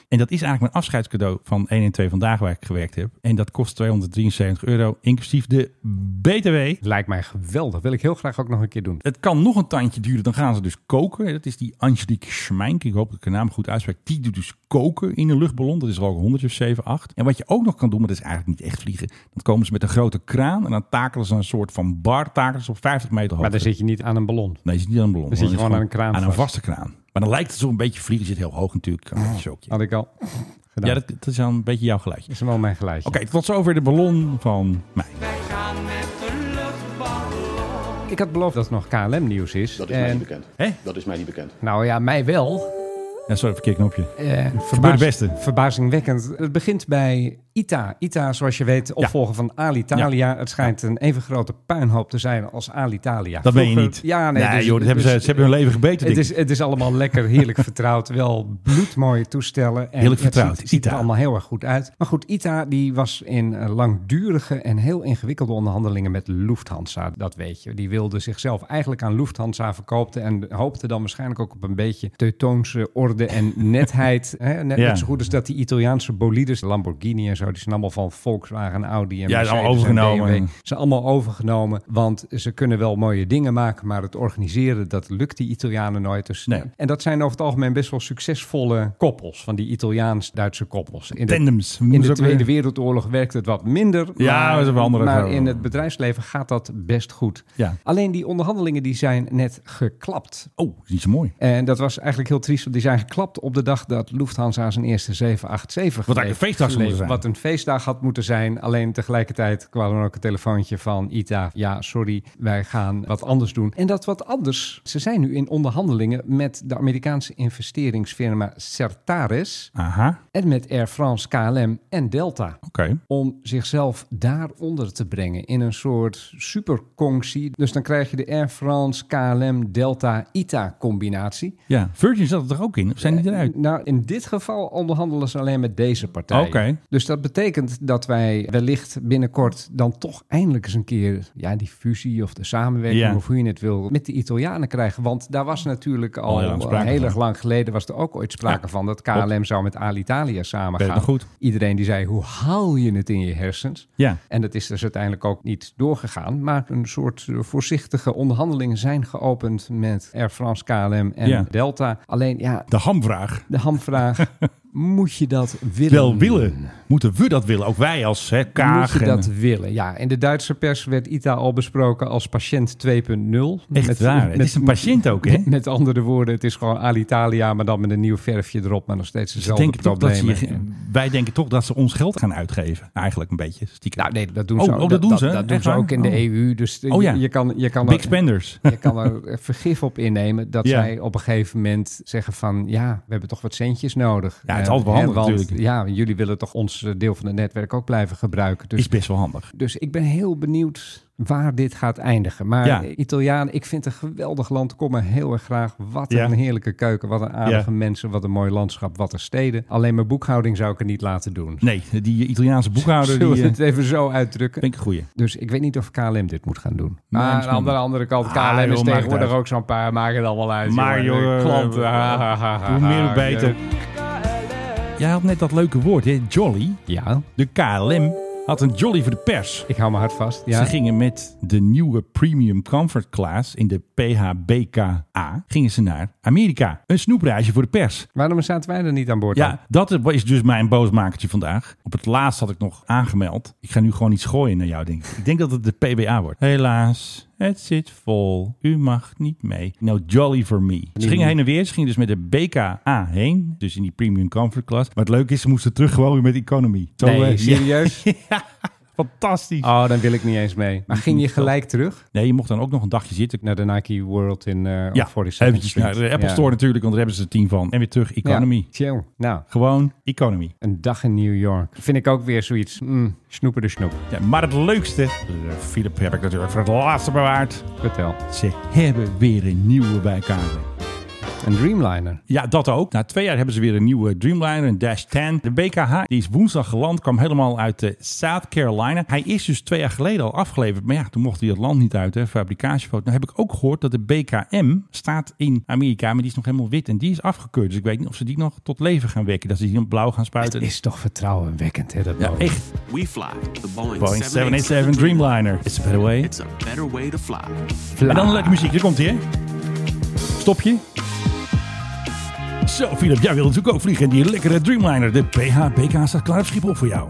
en dat is eigenlijk mijn afscheidscadeau van 1 en 2 vandaag waar ik gewerkt heb. En dat kost 273 euro, inclusief de BTW.
Lijkt mij geweldig. Wil ik heel graag ook nog een keer doen.
Het kan nog een tandje duren, dan gaan ze dus koken. Dat is die Angelique Schmink, ik hoop dat ik haar naam goed uitspreek. Die doet dus koken in een luchtballon. Dat is er ook 100 of 7, 8. En wat je ook nog kan doen, maar dat is eigenlijk niet echt vliegen. Dan komen ze met een grote kraan en dan takelen ze een soort van bar, takelen ze op 50 meter hoogte.
Maar dan zit je niet aan een ballon.
Nee, je zit niet aan een ballon.
Dan zit je
is
gewoon aan een kraan
Aan een
vast.
vaste kraan. Maar dan lijkt het zo een beetje vliegen. Je zit heel hoog natuurlijk. Kan dat zo-
Had ik al oh, gedaan.
Ja, dat, dat is al een beetje jouw geluidje.
is wel mijn geluidje.
Oké, tot zover de ballon van mij.
Ik had beloofd dat het nog KLM-nieuws is.
Dat is mij
En-
niet bekend. Dat is mij niet bekend.
Nou ja, mij wel.
Ja, sorry, verkeerd knopje.
Eh,
Gebeurt
verbaas-
het beste.
Verbazingwekkend. Het begint bij ITA. ITA, zoals je weet, opvolger van Alitalia. Het schijnt een even grote puinhoop te zijn als Alitalia.
Dat ben je
Vroeger-
niet.
Ja, nee.
Nee,
dus-
joh, dat hebben ze-
dus-
ze hebben hun leven gebeten,
Het
denk
is, het is allemaal lekker, heerlijk vertrouwd. Wel bloedmooie toestellen. En
Heerlijk
het
vertrouwd,
Ziet, ziet er allemaal heel erg goed uit. Maar goed, ITA die was in eh, langdurige en heel ingewikkelde onderhandelingen met Lufthansa. Dat weet je. Die wilde zichzelf eigenlijk aan Lufthansa verkopen. En hoopte dan waarschijnlijk ook op een beetje Teutoonse orde en netheid. hè? Net,
Ja.
net zo goed als dat die Italiaanse bolides, Lamborghini en zo, die zijn allemaal van Volkswagen, Audi en
Ja,
Mercedes
allemaal
en
overgenomen.
BMW. Ze zijn allemaal overgenomen, want ze kunnen wel mooie dingen maken, maar het organiseren, dat lukt die Italianen nooit. Dus, En dat zijn over het algemeen best wel succesvolle koppels, van die Italiaans-Duitse koppels. In de-
Tandems.
in
Noemen ze
de
ook
Tweede
weer.
Wereldoorlog werkte het wat minder.
Ja, dat is een andere
Maar
verhaal.
in het bedrijfsleven gaat dat best goed.
Ja.
Alleen die onderhandelingen die zijn net geklapt.
Oh, is niet zo mooi.
En dat was eigenlijk heel triest, want die zijn geklapt op de dag dat Lufthansa zijn eerste 787
Wat eigenlijk een feestdag zou moeten zijn.
Wat een feestdag had moeten zijn. Alleen tegelijkertijd kwam er ook een telefoontje van ITA. Ja, sorry, wij gaan wat anders doen. En dat wat anders. Ze zijn nu in onderhandelingen met de Amerikaanse investeringsfirma Certares.
Aha.
En met Air France, KLM en Delta.
Oké.
Om zichzelf daaronder te brengen in een soort superconctie. Dus dan krijg je de Air France, KLM, Delta, ITA combinatie.
Ja, Virgin zat er toch ook in? Of zijn die eruit?
Nou, in dit geval onderhandelen ze alleen met deze partij.
Oké.
Dus dat betekent dat wij wellicht binnenkort dan toch eindelijk eens een keer ja, die fusie of de samenwerking,
Ja.
of hoe je het wil, met de Italianen krijgen. Want daar was natuurlijk al eh,
Al heel lang
heel,
sprake
erg
van.
lang geleden was er ook ooit sprake van dat KLM zou met Alitalia samen
Weet
gaan.
nog goed.
Iedereen die zei, hoe haal je het in je hersens?
Ja.
En dat is dus uiteindelijk ook niet doorgegaan. Maar een soort eh, voorzichtige onderhandelingen zijn geopend met Air France, KLM en
Ja.
Delta. Alleen ja,
De hamvraag.
de hamvraag. moet je dat willen?
Wel willen. Moeten we dat willen? Ook wij als hè, Kaag.
Moet je
en-
dat willen? Ja, in de Duitse pers werd ITA al besproken als patiënt 2.0.
Echt waar, hè? Het is een patiënt ook, hè?
Met, met andere woorden, het is gewoon Alitalia, maar dan met een nieuw verfje erop, maar nog steeds
Ze
dezelfde
denken toch dat
problemen.
ze je- wij denken toch dat ze ons geld gaan uitgeven. Eigenlijk een beetje. Stiekem.
Nou, nee, dat doen
oh,
ze ook.
Oh, dat, doen ze.
Dat,
Echt
doen ze
waar?
ook in de
Oh.
EU. Dus eh,
Oh, ja.
je, je kan, je kan
Big
er-
spenders.
Je kan er vergif op innemen dat
Ja.
zij op een gegeven moment zeggen van... ja, we hebben toch wat centjes nodig.
Ja, het is
Eh,
altijd wel
hè,
handig
want,
natuurlijk.
Ja, jullie willen toch ons eh, deel van het netwerk ook blijven gebruiken. Dus,
Is best wel handig.
dus ik ben heel benieuwd waar dit gaat eindigen. Maar
Ja.
Italiaan, ik vind het een geweldig land. Kom er heel erg graag. Wat
Ja.
een heerlijke keuken. Wat een aardige mensen. Wat een mooi landschap. Wat een steden. Alleen mijn boekhouding zou ik er niet laten doen.
Nee, die Italiaanse boekhouder.
Zullen
Die, eh,
we het even zo uitdrukken?
vind ik een goeie.
Dus ik weet niet of KLM dit moet gaan doen.
Nee,
Maar
misschien
aan de
niet.
andere kant,
Ah,
KLM
joh,
is
maakt
tegenwoordig
uit.
ook zo'n paar. Maak het allemaal uit.
Maar joh,
de
eh,
klanten.
eh,
ha, ha, ha, ha,
hoe meer hoe
ha,
beter. Jij had net dat leuke woord, hè? Jolly.
Ja.
De KLM had een jolly voor de pers.
Ik hou mijn hart vast. Ja.
Ze gingen met de nieuwe Premium Comfort Class in de PHBKA gingen ze naar Amerika. Een snoepreisje voor de pers.
Waarom zaten wij er niet aan boord? dan?
Ja, dat is dus mijn boosmakertje vandaag. Op het laatst had ik nog aangemeld. Ik ga nu gewoon iets gooien naar jou, denk ik. Ik denk dat het de PBA wordt. Helaas, het zit vol. U mag niet mee. No jolly for me. Ze gingen heen en weer. Ze gingen dus met de BKA heen. Dus in die premium comfort class. Maar het leuke is, ze moesten terug gewoon weer met economy. Zo,
Nee,
eh,
serieus?
Fantastisch.
Oh, dan wil ik niet eens mee. Maar ging je gelijk terug
Nee, je mocht dan ook nog een dagje zitten.
naar de Nike World in eh
Ja,
47th
eventjes naar
Street?
de Apple
Ja.
Store natuurlijk, want daar hebben ze er tien van. En weer terug, economy.
Ja, chill. Nou,
Gewoon economy.
een dag in New York. Vind ik ook weer zoiets. Mm, snoepen de snoep.
Ja, maar het leukste, eh, Philip heb ik natuurlijk voor het laatste bewaard.
Vertel.
Ze hebben weer een nieuwe bij KLM.
Een Dreamliner.
Ja, dat ook. Na twee jaar hebben ze weer een nieuwe Dreamliner, een Dash 10. De BKH, die is woensdag geland, kwam helemaal uit eh, South Carolina. Hij is dus twee jaar geleden al afgeleverd. Maar ja, toen mocht hij het land niet uit, hè, fabrikagefoto. Nou heb ik ook gehoord dat de BKM staat in Amerika, maar die is nog helemaal wit. En die is afgekeurd. Dus ik weet niet of ze die nog tot leven gaan wekken. Dat ze die nog blauw gaan
Het
spuiten.
is toch vertrouwenwekkend, hè? Dat
Ja,
boven.
echt.
Oh. We fly the Boeing,
Boeing 787 Dreamliner. It's a better way.
It's a better way to fly.
En dan leuke muziek. Hier komt ie, hè? Stopje. Zo, Philip, jij wil natuurlijk ook vliegen. in Die lekkere Dreamliner. De PHBK staat klaar op Schiphol voor jou.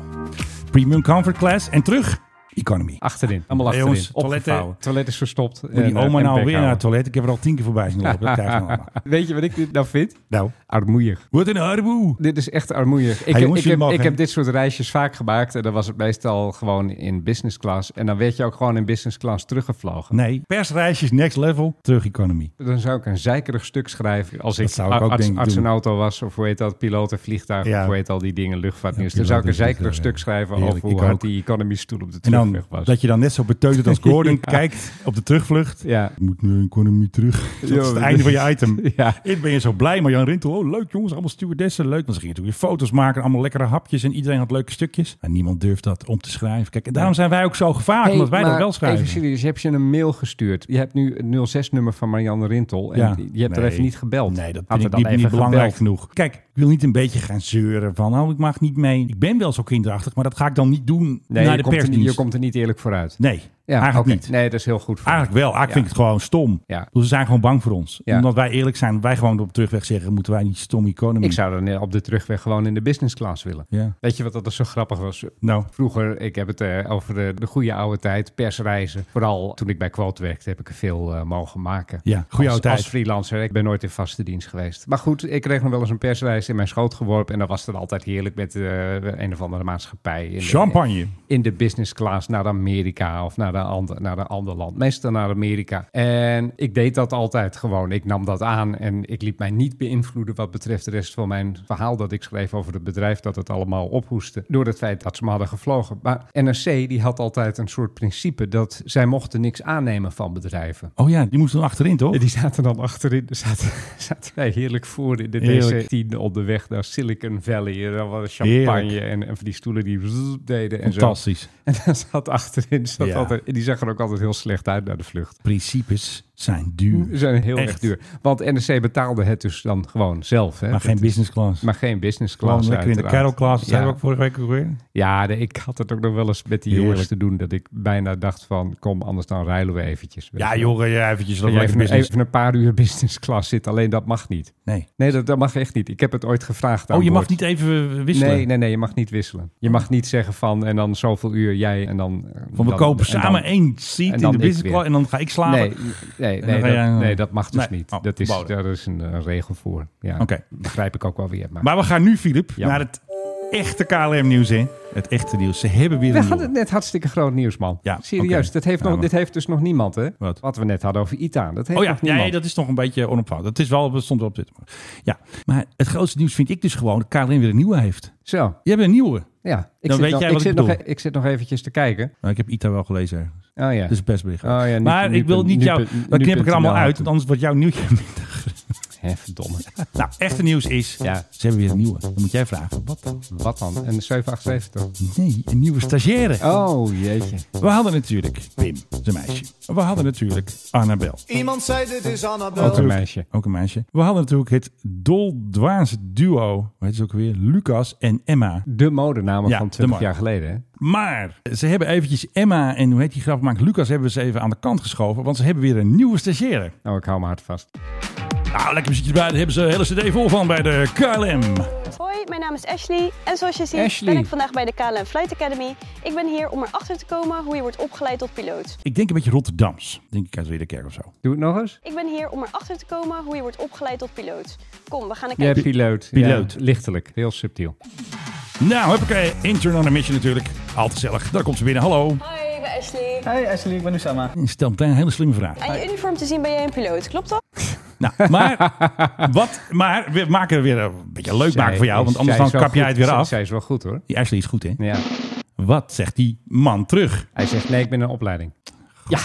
Premium Comfort Class. En terug Economy.
Achterin. Allemaal
Hey,
achterin.
jongens,
Opgevouwen.
toiletten-
Toilet is verstopt.
Moet die
En, eh,
oma nou weer
en weghouden.
naar het toilet? Ik heb er al tien keer voorbij zien lopen. Dat krijg je nou allemaal.
Weet je wat ik dit nou vind?
Nou.
Armoeig.
Wat een armoe.
Dit is echt armoeig. Ik,
Hey, jongens,
ik,
jullie
heb,
mogen,
ik
hè?
heb dit soort reisjes vaak gemaakt. En dan was het meestal gewoon in business class. En dan werd je ook gewoon in business class teruggevlogen.
Nee, persreisjes next level, terug economy.
Dan zou ik een zeikerig stuk schrijven als
Dat
ik,
zou ik ook,
arts,
denk ik,
arts
doen.
en auto was. Of hoe heet dat? Piloot en vliegtuig.
Ja.
Of hoe heet al die dingen? Luchtvaartnieuws.
Ja,
dan zou ik een
piloot en
zeikerig stuk
vliegtuig, ja.
schrijven
Heerlijk,
over
ik
hoe hard
ook.
die economy stoel op de
En
terugweg
dan
was.
dat je dan net zo beteuterd als Gordon
Ja.
kijkt op de terugvlucht.
Ja.
Je moet nu een economie terug. Dat
Ja,
is het
dat
einde van
is-
je item.
Ja.
Ik ben je zo blij, maar Jan Rintel. Oh, leuk jongens, allemaal stewardessen. Leuk. Dan ging je natuurlijk weer foto's maken. Allemaal lekkere hapjes. En iedereen had leuke stukjes. En niemand durft dat om te schrijven. Kijk, en daarom zijn wij ook zo gevaarlijk.
Hey,
omdat wij dat
maar
wel schrijven.
Even serieus, heb je een mail gestuurd? Je hebt nu het 06-nummer van Marianne Rintel. En
Ja.
je hebt
Nee.
er even niet gebeld.
Nee, dat vind
Had er
ik
dan
niet, niet
even
belangrijk
gebeld.
genoeg. Kijk, ik wil niet een beetje gaan zeuren van... oh, ik mag niet mee. Ik ben wel zo kinderachtig, maar dat ga ik dan niet doen naar
Nee,
de
je, komt er, niet-
persdienst.
je komt er niet eerlijk vooruit.
Nee,
Ja,
eigenlijk
oké.
niet.
Nee, dat is heel goed. voor
Eigenlijk wel. Eigenlijk
Ja.
vind ik het gewoon stom.
Ja.
Dus ze zijn gewoon bang voor ons.
Ja.
Omdat wij eerlijk zijn, wij gewoon op terugweg zeggen... moeten wij niet stom economy.
Ik zou dan eh, op de terugweg gewoon in de business class willen.
Ja.
Weet je wat dat zo grappig was?
Nou.
Vroeger, ik heb het eh, over de, de goede oude tijd, persreizen. Vooral toen ik bij Quote werkte, heb ik er veel eh, mogen maken.
Ja, goede
Als-
oude tijd.
Als freelancer. Ik ben nooit in vaste dienst geweest. Maar goed, ik kreeg nog wel eens een persreis in mijn schoot geworpen. En dan was het altijd heerlijk met eh, een of andere maatschappij. In de-
Champagne.
in de business class naar Amerika of naar een ander, naar een ander land. Meestal naar Amerika. En ik deed dat altijd gewoon. Ik nam dat aan en ik liet mij niet beïnvloeden wat betreft de rest van mijn verhaal dat ik schreef over het bedrijf dat het allemaal ophoestte. Door het feit dat ze me hadden gevlogen. Maar NRC die had altijd een soort principe dat zij mochten niks aannemen van bedrijven.
Oh ja, die moesten dan achterin, toch?
Die zaten dan achterin. Er Zaten, zaten wij heerlijk voor in de
Heerlijk.
DC-10 onderweg naar Silicon Valley. En dan was champagne
Heerlijk.
en, en van die stoelen die zzz deden. En zo.
Fantastisch.
En dan zat achterin, zat
Ja.
altijd, en die zag er ook altijd heel slecht uit naar de vlucht.
Principes zijn duur.
Ze zijn heel
Echt.
erg duur. Want NRC betaalde het dus dan gewoon zelf. Hè?
Maar geen
Dat-
business class.
Maar geen business
Gewoon
class.
lekker in de
uiteraard.
carol class. Dat
Ja.
zeiden we ook vorige week ook weer.
Ja, nee, ik had het ook nog wel eens met die
Heerlijk.
jongens te doen. Dat ik bijna dacht van, kom, anders dan rijden we eventjes. Weet
Ja,
je.
joh, ja, eventjes.
Dat
Dat
je
lekker
even,
business.
even een paar uur business class zit. Alleen dat mag niet.
Nee.
Nee, dat, dat mag echt niet. Ik heb het ooit gevraagd aan
Oh, je mag
boord.
niet even eh, wisselen?
Nee, nee, nee, je mag niet wisselen. Je mag niet zeggen van en dan zoveel uur jij en dan. eh,
Van we
dan-
kopen
en dan-
samen één seat
en
in
dan
de
ik
business
weer.
class en dan ga ik slapen.
Nee, nee,
En dan
nee,
ga
dat,
jij- eh,
nee, dat mag dus
Nee.
niet.
Oh,
dat is,
verboden.
daar is een eh, regel voor. Ja,
Oké.
Begrijp ik ook wel weer. Maar,
Maar we gaan nu, Filip,
Jammer.
naar het echte KLM-nieuws in. Het echte nieuws. Ze hebben weer
we
een
hadden
nieuwe.
het net hartstikke groot nieuws, man.
Ja,
Serieus,
oké.
dat heeft
Ja,
nog,
maar-
dit heeft dus nog niemand, hè?
Wat?
we net hadden over ITA. Dat heeft
Oh ja,
nog niemand.
nee, dat is nog een beetje onopvallend. Dat is wel, dat stond wel op dit. Ja, maar het grootste nieuws vind ik dus gewoon dat KLM weer een nieuwe heeft.
Zo.
Je hebt een nieuwe.
Ja, ik,
Dan
zit,
weet
nog,
jij
ik,
wat ik
zit nog,
bedoel.
e- ik zit nog eventjes te kijken.
Nou, ik heb ITA wel gelezen ergens.
Oh ja.
Dat is best bericht.
Oh ja, nu-
maar
nu-
ik wil niet
nu-
jou...
nu-
Dan
nu-
knip ik er allemaal
nu-
uit, want anders wordt jouw nieuwtje minder.
Hè, verdomme.
Nou, echte nieuws is,
Ja.
ze hebben weer een nieuwe. Dan moet jij vragen. Wat dan?
Wat dan? Een 778?
Nee, een nieuwe stagiaire.
Oh, jeetje.
We hadden natuurlijk Pim, zijn meisje. We hadden natuurlijk Annabel.
Iemand zei dit is
Ook
Annabel.
een meisje.
Ook een meisje. We hadden natuurlijk het doldwaas duo. Hoe heet ze ook weer? Lucas en Emma.
De modenamen
Ja,
van
de
20
mode.
jaar geleden, hè?
Maar ze hebben eventjes Emma en hoe heet die graf maakt Lucas hebben we ze even aan de kant geschoven. Want ze hebben weer een nieuwe stagiaire.
Nou, ik hou me hard vast.
Nou, lekker muziekjes bij. Daar hebben ze een hele cd vol van bij de KLM.
Hoi, mijn naam is Ashley en zoals je ziet
Ashley.
ben ik vandaag bij de KLM Flight Academy. Ik ben hier om erachter te komen hoe je wordt opgeleid tot piloot.
Ik denk een beetje Rotterdams. Denk ik uit Ridderkerk of zo.
Doe het nog eens.
Ik ben hier om erachter te komen hoe je wordt opgeleid tot piloot. Kom, we gaan een
Jij
kijkje.
piloot.
Piloot.
Ja, lichtelijk. Heel subtiel.
Nou, heb ik intern on a mission natuurlijk. Altijd gezellig. Daar komt ze binnen. Hallo.
Hoi, ik ben Ashley.
Hey Ashley, ik ben Usama.
Stel meteen een hele slimme vraag.
Aan je uniform te zien ben jij een piloot, klopt dat?
Nou, maar, wat, maar we maken er weer een beetje leuk maken voor jou.
Zij-
Want anders
zij
dan
is wel
kap jij
goed.
het weer
Zij-
af.
Zij is wel goed, hoor.
Die Ashley is goed, hè?
Ja.
Wat zegt die man terug?
Hij zegt, nee, ik ben in een opleiding. Ja,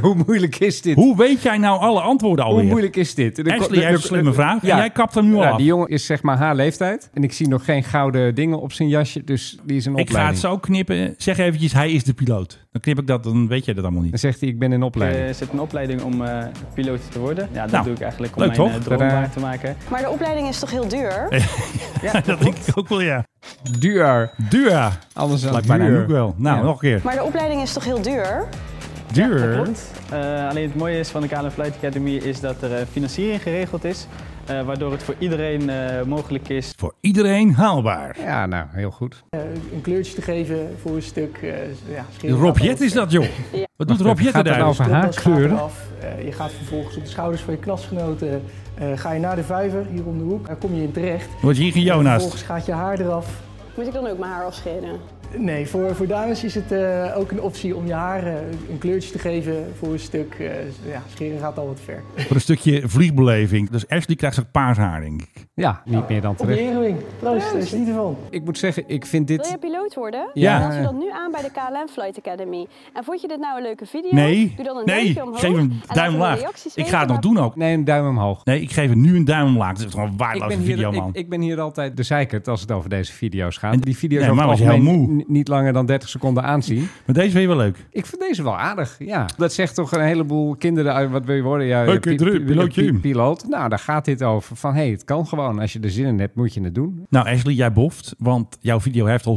hoe moeilijk is dit?
Hoe weet jij nou alle antwoorden alweer?
Hoe moeilijk is dit?
Ashley heeft een slimme vraag en jij kapt hem nu al af.
Die jongen is zeg maar haar leeftijd. En ik zie nog geen gouden dingen op zijn jasje. Dus die is een
Ik ga
opleiding.
het zo knippen. Zeg eventjes, hij is de piloot. Dan knip ik dat, dan weet jij dat allemaal niet.
Dan zegt hij, ik ben in opleiding.
Er zit een opleiding om eh, piloot te worden. Ja, dat
Nou,
doe ik eigenlijk om
leuk
mijn eh,
toch?
droom
Tadaa.
waar te maken.
Maar de opleiding is toch heel duur?
dat denk ik ook wel, ja.
Duur.
Duur.
Anders dan
Lijkt mij nou
duur.
ook wel. Nou, nog een keer.
Maar de opleiding is toch heel duur?
Duur.
Klopt. Eh, alleen het mooie is van de KLM Flight Academy is dat er eh, financiering geregeld is. eh, waardoor het voor iedereen eh, mogelijk is.
Voor iedereen haalbaar.
Ja, nou, heel goed.
een kleurtje te geven voor een stuk. eh, ja, scheren.
Rob Jet is dat, joh. Wat doet Rob Jet
gaat het
daar?
nou over haar
Stropdas gaat
kleuren?
eraf. Eh, je gaat vervolgens op de schouders van je klasgenoten. eh, ga je naar de vijver, hier om de hoek. Daar kom je in terecht.
Wordt hier geen
En
Jonas.
Vervolgens gaat je haar eraf.
Moet ik dan ook mijn haar afscheren?
Nee, voor, voor dames is het eh, ook een optie om je haar eh, een kleurtje te geven voor een stuk. eh, ja, scheren gaat al wat ver.
Voor een stukje vliegbeleving. Dus Ashley krijgt zich paars haar, denk ik.
Ja, niet meer dan
Op je Erwin, proost, daar is niet ervan.
Ik moet zeggen, ik vind
Wil
dit...
je piloot worden?
Ja.
Dan je dat nu aan bij de KLM Flight Academy. En vond je dit nou een leuke video?
Nee,
Doe dan een
nee.
duimpje omhoog
geef
en
hem
laat
duim
in de
omlaag.
reacties
Ik
weten
ga het nog
waar-
doen ook.
Nee, een duim omhoog.
Nee, ik geef hem nu een duim omlaag. Het is gewoon een
Ik
waardeloze
ben, hier,
video,
ik,
man.
ik ben hier altijd bezeikt als het over deze video's gaat. Die video's
Nee,
over
maar
het
was heel
algemeen n- niet langer dan 30 seconden aanzien.
Maar deze vind je wel leuk.
Ik vind deze wel aardig, ja. Dat zegt toch een heleboel kinderen uit, wat wil je worden? Ja,
Leuk,
pi- pi-
dru- pilootje.
pi- Piloot. Nou, daar gaat dit over. Van, hé, hey, het kan gewoon. Als je er zin in hebt, moet je het doen.
Nou, Ashley, jij boft, want jouw video heeft al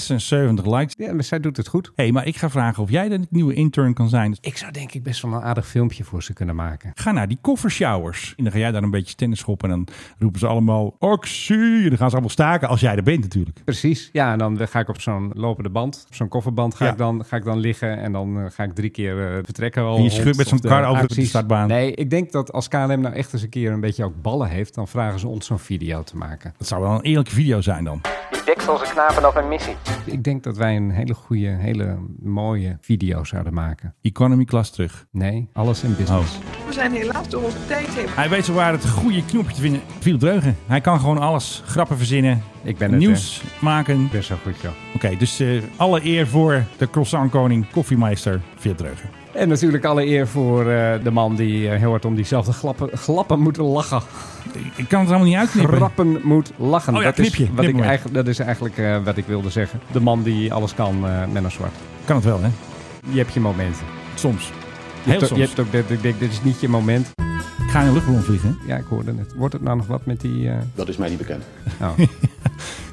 176 likes.
Ja, maar zij doet het goed.
hey, maar ik ga vragen of jij de nieuwe intern kan zijn. Dus
Ik zou denk ik best wel een aardig filmpje voor ze kunnen maken.
Ga naar die koffershowers. En dan ga jij daar een beetje tennis schoppen. En dan roepen ze allemaal, actie. En dan gaan ze allemaal staken als jij er bent natuurlijk.
Precies. Ja, en dan ga ik op zo'n lopende band, op zo'n kofferband ga,
Ja.
ik dan, ga ik dan liggen en dan eh, ga ik drie keer eh, vertrekken. Al
En je
hond
schudt met
of
zo'n kar
de
over de
acties.
startbaan.
Nee, ik denk dat als KLM nou echt eens een keer een beetje ook ballen heeft, dan vragen ze ons zo'n video te maken.
Dat zou wel een eerlijke video zijn dan.
Dekselse knapen af een missie.
Ik denk dat wij een hele goede, hele mooie video zouden maken.
Economy class terug. Nou,
Nee, alles in
Oh.
business.
We zijn helaas door onze tijd heen.
Hij weet zo waar het goede knopje te vinden. Viel Dreugen. Hij kan gewoon alles. Grappen verzinnen.
Ik ben het,
Nieuws maken.
Best wel goed, joh.
Oké, dus eh, alle eer voor de croissantkoning, koffiemeister, Veer Dreugen.
En natuurlijk alle eer voor eh, de man die eh, heel hard om diezelfde glappen, glappen moet lachen.
Ik kan het allemaal niet uitknippen.
Grappen moet lachen.
Oh ja,
dat, is
knipje.
wat
Knip
ik
maar.
eigenlijk, dat is eigenlijk eh, wat ik wilde zeggen. De man die alles kan, eh Menno Zwart.
Kan het wel, hè?
Je hebt je momenten.
Soms.
Je
Heel
hebt, ook-
soms.
je hebt ook dat ik denk, dit is niet je moment.
Ik ga in een luchtballon vliegen. hè?
Ja, ik hoorde het. Wordt het nou nog wat met die... eh,
Dat is mij niet bekend.
nou.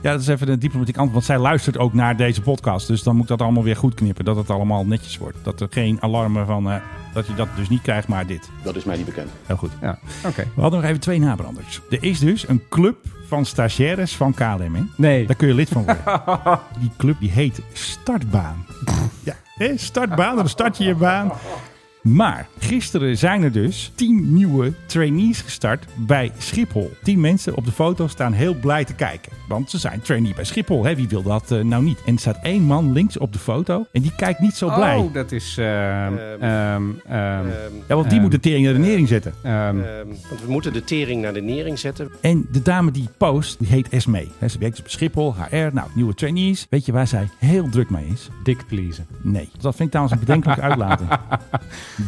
Ja, dat is even een diplomatiek antwoord. Want zij luistert ook naar deze podcast. Dus dan moet ik dat allemaal weer goed knippen. Dat het allemaal netjes wordt. Dat er geen alarmen van... eh, dat je dat dus niet krijgt, maar dit.
Dat is mij niet bekend.
Heel goed.
Ja, oké.
We hadden nog even twee nabranders. Er is dus een club van stagiaires van KLM. Hè?
Nee.
Daar kun je lid van worden. Die club die heet Startbaan. Ja, hè? Startbaan, dan start je je baan. Maar gisteren zijn er dus tien nieuwe trainees gestart bij Schiphol. Tien mensen op de foto staan heel blij te kijken. Want ze zijn trainee bij Schiphol. Hè? Wie wil dat eh, nou niet? En er staat één man links op de foto. En die kijkt niet zo blij.
Oh, dat is... ehm, ehm, ehm,
ja, want die moet de tering naar de nering zetten.
ehm,
Want we moeten de tering naar de nering zetten.
En de dame die post, die heet Esme. Hè, Ze werkt dus bij Schiphol, HR, nou, nieuwe trainees. Weet je waar zij heel druk mee is?
Dick pleasen.
Nee. Dat vind ik trouwens een bedenkelijk uitlaten.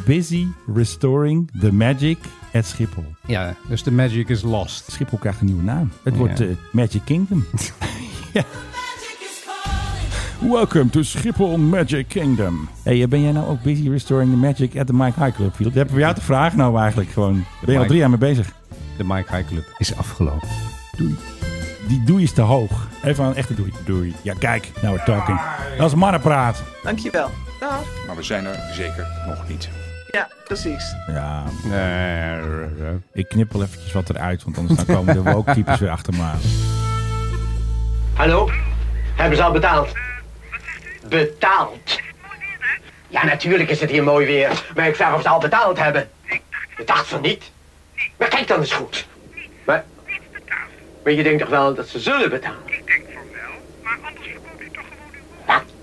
Busy restoring the magic at Schiphol.
Ja, dus de magic is lost.
Schiphol krijgt een nieuwe naam. Het
Ja.
wordt eh, Magic Kingdom. ja. Welcome to Schiphol Magic Kingdom. Hey, eh, ben jij nou ook busy restoring the magic at the Mike High Club? Philip? Dat heb ik voor jou te vragen nou eigenlijk gewoon. Ben je al
Mike-
drie jaar mee bezig?
De Mike High Club is afgelopen.
Doei. Die doei is te hoog. Even een echte doei. Doei. Ja, kijk. Now we're talking. Dat is mannenpraat.
Dankjewel. Dag.
Maar we zijn er zeker nog niet.
Ja, precies.
Ja,
Eh,
ik knip wel eventjes wat eruit, want anders dan komen de woke types weer achter me aan.
Hallo? Hebben ze al betaald? Betaald? Ja, natuurlijk is het hier mooi weer. Maar ik vraag of ze al betaald hebben. Ik dacht van niet. Maar kijk dan eens goed. Maar, maar je denkt toch wel dat ze zullen betalen? Ik denk van wel. Maar anders verkoop je toch gewoon uw Wat?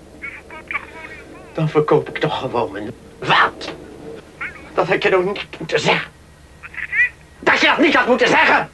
Dan verkoop ik toch gewoon mijn... Wat? Dat had je nog niet moeten zeggen. Dat je dat niet had moeten zeggen!